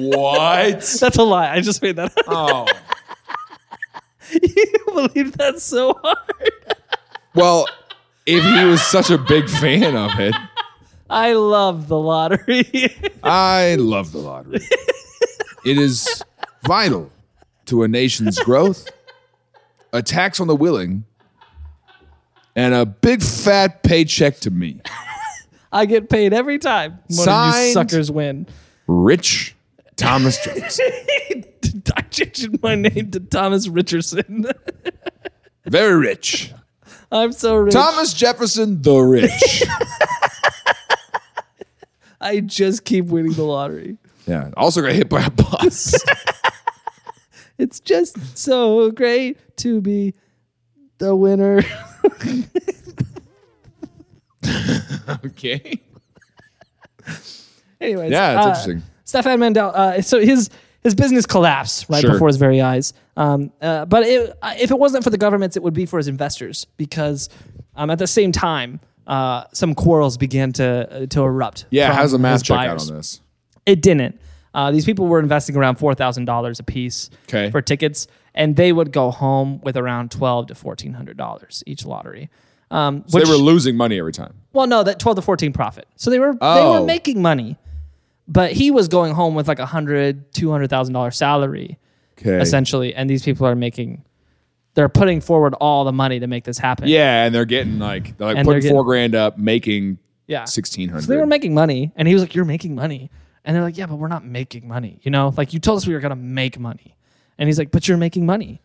Speaker 2: What?
Speaker 1: That's a lie. I just made that. up.
Speaker 2: oh.
Speaker 1: you believe that so hard?
Speaker 2: Well, if he was such a big fan of it,
Speaker 1: I love the lottery.
Speaker 2: I love the lottery. it is vital to a nation's growth, a tax on the willing, and a big fat paycheck to me.
Speaker 1: I get paid every time one of you
Speaker 2: Signed.
Speaker 1: suckers win.
Speaker 2: Rich Thomas Jefferson.
Speaker 1: I changed my name to Thomas Richardson.
Speaker 2: Very rich.
Speaker 1: I'm so rich.
Speaker 2: Thomas Jefferson the Rich.
Speaker 1: I just keep winning the lottery.
Speaker 2: yeah. Also got hit by a bus.
Speaker 1: It's just so great to be the winner.
Speaker 2: okay.
Speaker 1: Anyways,
Speaker 2: Yeah, it's
Speaker 1: uh,
Speaker 2: interesting.
Speaker 1: Stefan Mandel. Uh, so his his business collapsed right
Speaker 2: Sure.
Speaker 1: before his very eyes. Um, uh, but it, uh, if it wasn't for the governments, it would be for his investors because um, at the same time, uh, some quarrels began to uh, to erupt.
Speaker 2: Yeah,
Speaker 1: from
Speaker 2: how's the math
Speaker 1: his
Speaker 2: check out
Speaker 1: buyers.
Speaker 2: on this?
Speaker 1: It didn't. Uh, these people were investing around four thousand dollars a piece
Speaker 2: 'Kay.
Speaker 1: for tickets, and they would go home with around twelve to fourteen hundred dollars each lottery. Um,
Speaker 2: So
Speaker 1: which,
Speaker 2: they were losing money every time.
Speaker 1: well, no, that twelve to fourteen profit. So they were they
Speaker 2: Oh.
Speaker 1: were making money, but he was going home with like a hundred, two hundred thousand dollar salary
Speaker 2: Okay.
Speaker 1: essentially, and these people are making. They're putting forward all the money to make this happen.
Speaker 2: Yeah, and they're getting like they're like
Speaker 1: And
Speaker 2: putting
Speaker 1: they're
Speaker 2: four
Speaker 1: getting-
Speaker 2: grand up, making
Speaker 1: Yeah.
Speaker 2: sixteen hundred.
Speaker 1: So they were making money, and he was like, "You're making money," and they're like, "Yeah, but we're not making money. You know, like you told us we were gonna make money," and he's like, "But you're making money."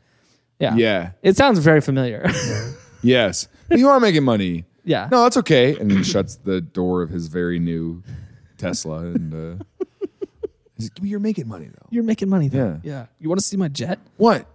Speaker 1: Yeah,
Speaker 2: Yeah.
Speaker 1: It sounds very familiar.
Speaker 2: Yes. But you are making money.
Speaker 1: yeah.
Speaker 2: No, that's okay. And he shuts the door of his very new Tesla and uh he's like, you're making money though.
Speaker 1: You're Uh, making money though.
Speaker 2: Yeah.
Speaker 1: Yeah. You want to see my jet?
Speaker 2: What?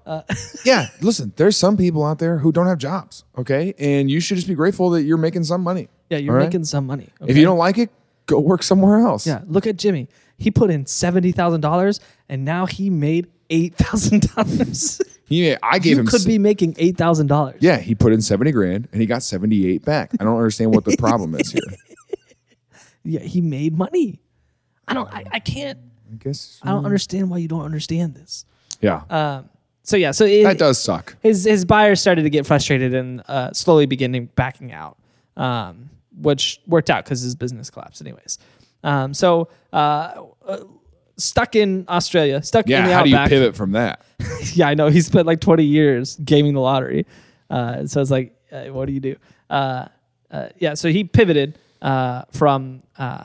Speaker 2: yeah, listen, there's some people out there who don't have jobs, okay? And you should just be grateful that you're making some money.
Speaker 1: Yeah, you're
Speaker 2: all right?
Speaker 1: making some money.
Speaker 2: If you don't like it, go work somewhere else.
Speaker 1: Yeah. Look at Jimmy. He put in seventy thousand dollars, and now he made eight thousand dollars.
Speaker 2: He, I gave
Speaker 1: You
Speaker 2: him
Speaker 1: could
Speaker 2: se-
Speaker 1: be making eight thousand dollars.
Speaker 2: Yeah, he put in 70 grand and he got 78 back. I don't understand what the problem is here.
Speaker 1: Yeah. He made money.
Speaker 5: I don't. I, I can't.
Speaker 2: I guess.
Speaker 5: I don't understand why you don't understand this.
Speaker 2: Yeah.
Speaker 1: uh,
Speaker 5: So yeah. So it,
Speaker 2: that does suck.
Speaker 5: his his buyers started to get frustrated and uh, slowly beginning backing out, um, which worked out because his business collapsed anyways. Um, so uh, uh, stuck in Australia, stuck in
Speaker 2: Yeah.
Speaker 5: the
Speaker 2: How do you
Speaker 5: outback.
Speaker 2: pivot from that?
Speaker 5: yeah, I know he spent like 20 years gaming the lottery, uh, so it's like, uh, what do you do? Uh, uh, yeah, so he pivoted uh, from uh,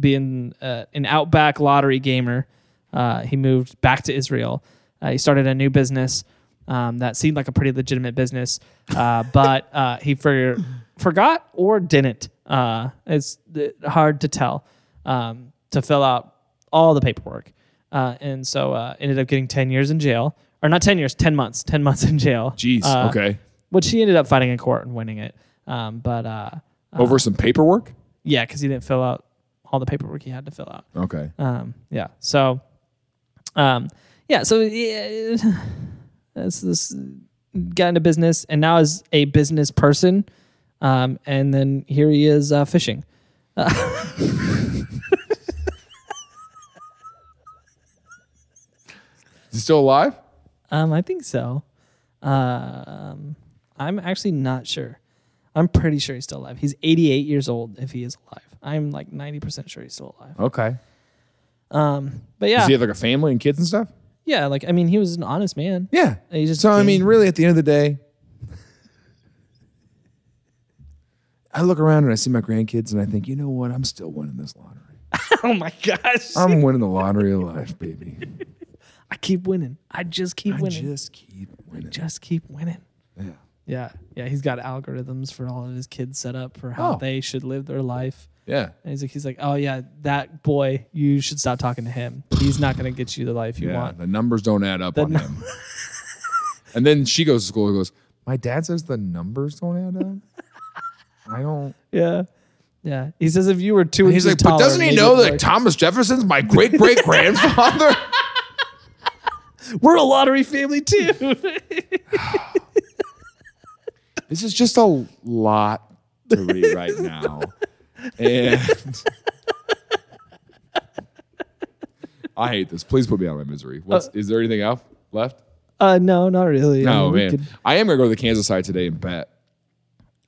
Speaker 5: being uh, an outback lottery gamer. Uh, he moved back to Israel. Uh, he started a new business um, that seemed like a pretty legitimate business, uh, but uh, he for, forgot or didn't. Uh, it's uh, hard to tell um, to fill out all the paperwork. Uh, and so uh, ended up getting 10 years in jail, or not 10 years, 10 months, 10 months in jail.
Speaker 2: Jeez.
Speaker 5: Uh,
Speaker 2: okay.
Speaker 5: Which he ended up fighting in court and winning it. Um, but uh,
Speaker 2: Over some paperwork.
Speaker 5: yeah, because he didn't fill out all the paperwork he had to fill out.
Speaker 2: Okay.
Speaker 5: Um, yeah. So, um, yeah. So yeah, that's this got into business and now is a business person. Um, and then here he is uh, fishing.
Speaker 2: Is he still alive?
Speaker 5: Um, I think so. Um, I'm actually not sure. I'm pretty sure he's still alive. He's 88 years old if he is alive. I'm like 90% sure he's still alive.
Speaker 2: Okay.
Speaker 5: But yeah,
Speaker 2: Does he have like a family and kids and stuff?
Speaker 5: yeah. Like I mean, he was an honest man.
Speaker 2: Yeah.
Speaker 5: He just
Speaker 2: so I
Speaker 5: came-
Speaker 2: mean, really, at the end of the day, I look around and I see my grandkids and I think, you know what? I'm still winning this lottery.
Speaker 5: Oh my gosh!
Speaker 2: I'm winning the lottery of life, baby.
Speaker 5: I keep winning. I just keep
Speaker 2: I
Speaker 5: winning.
Speaker 2: just keep winning.
Speaker 5: just keep winning.
Speaker 2: Yeah.
Speaker 5: Yeah. Yeah. He's got algorithms for all of his kids set up for how
Speaker 2: Oh.
Speaker 5: they should live their life.
Speaker 2: Yeah.
Speaker 5: And he's like, he's like, oh yeah, that boy, you should stop talking to him. He's not gonna get you the life you
Speaker 2: Yeah.
Speaker 5: want.
Speaker 2: The numbers don't add up on
Speaker 5: num-
Speaker 2: him. and then she goes to school and goes, My dad says the numbers don't add up. I don't.
Speaker 5: Yeah. Yeah. He says if you were two
Speaker 2: He's like,
Speaker 5: inches
Speaker 2: but
Speaker 5: taller,
Speaker 2: doesn't he
Speaker 5: maybe
Speaker 2: know
Speaker 5: it'd
Speaker 2: that Thomas Jefferson's my great great grandfather?
Speaker 5: work." we're a lottery family too?
Speaker 2: This is just a lot to read right now. And I hate this. Please put me out of my misery. What's, is there anything else left?
Speaker 5: uh, no, not really. I
Speaker 2: No,
Speaker 5: mean, we
Speaker 2: man.
Speaker 5: could-
Speaker 2: I am going to go to the Kansas side today and bet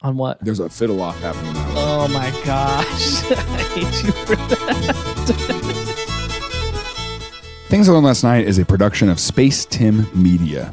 Speaker 5: on what?
Speaker 2: there's a fiddle off happening.
Speaker 5: Oh my gosh! I hate you for that.
Speaker 2: Things I Learned Last Night is a production of Space Tim Media.